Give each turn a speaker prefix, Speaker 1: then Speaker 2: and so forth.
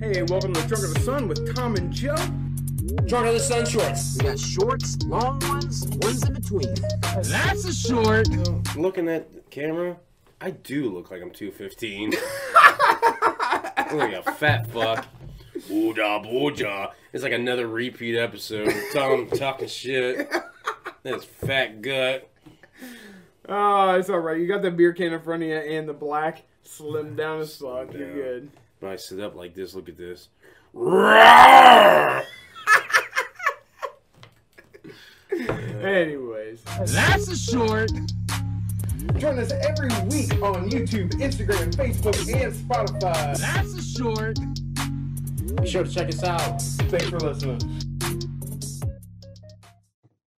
Speaker 1: Hey, welcome to Drunk of the Sun with Tom and Joe.
Speaker 2: Drunk of the Sun shorts.
Speaker 3: We got shorts, long ones, ones in between.
Speaker 2: That's a short.
Speaker 4: Looking at the camera, I do look like I'm 215. I look like a fat fuck. Booja, booja. It's like another repeat episode. with Tom talking shit. That's fat gut.
Speaker 1: Oh, it's all right. You got the beer can in front of you and the black slim down as fuck. You're
Speaker 4: Yeah.
Speaker 1: good.
Speaker 4: When I sit up like this, look at this.
Speaker 1: Anyways,
Speaker 2: That's a short.
Speaker 1: join us every week on YouTube, Instagram, Facebook, and Spotify.
Speaker 2: That's a short. Be sure to check us out.
Speaker 1: Thanks for listening.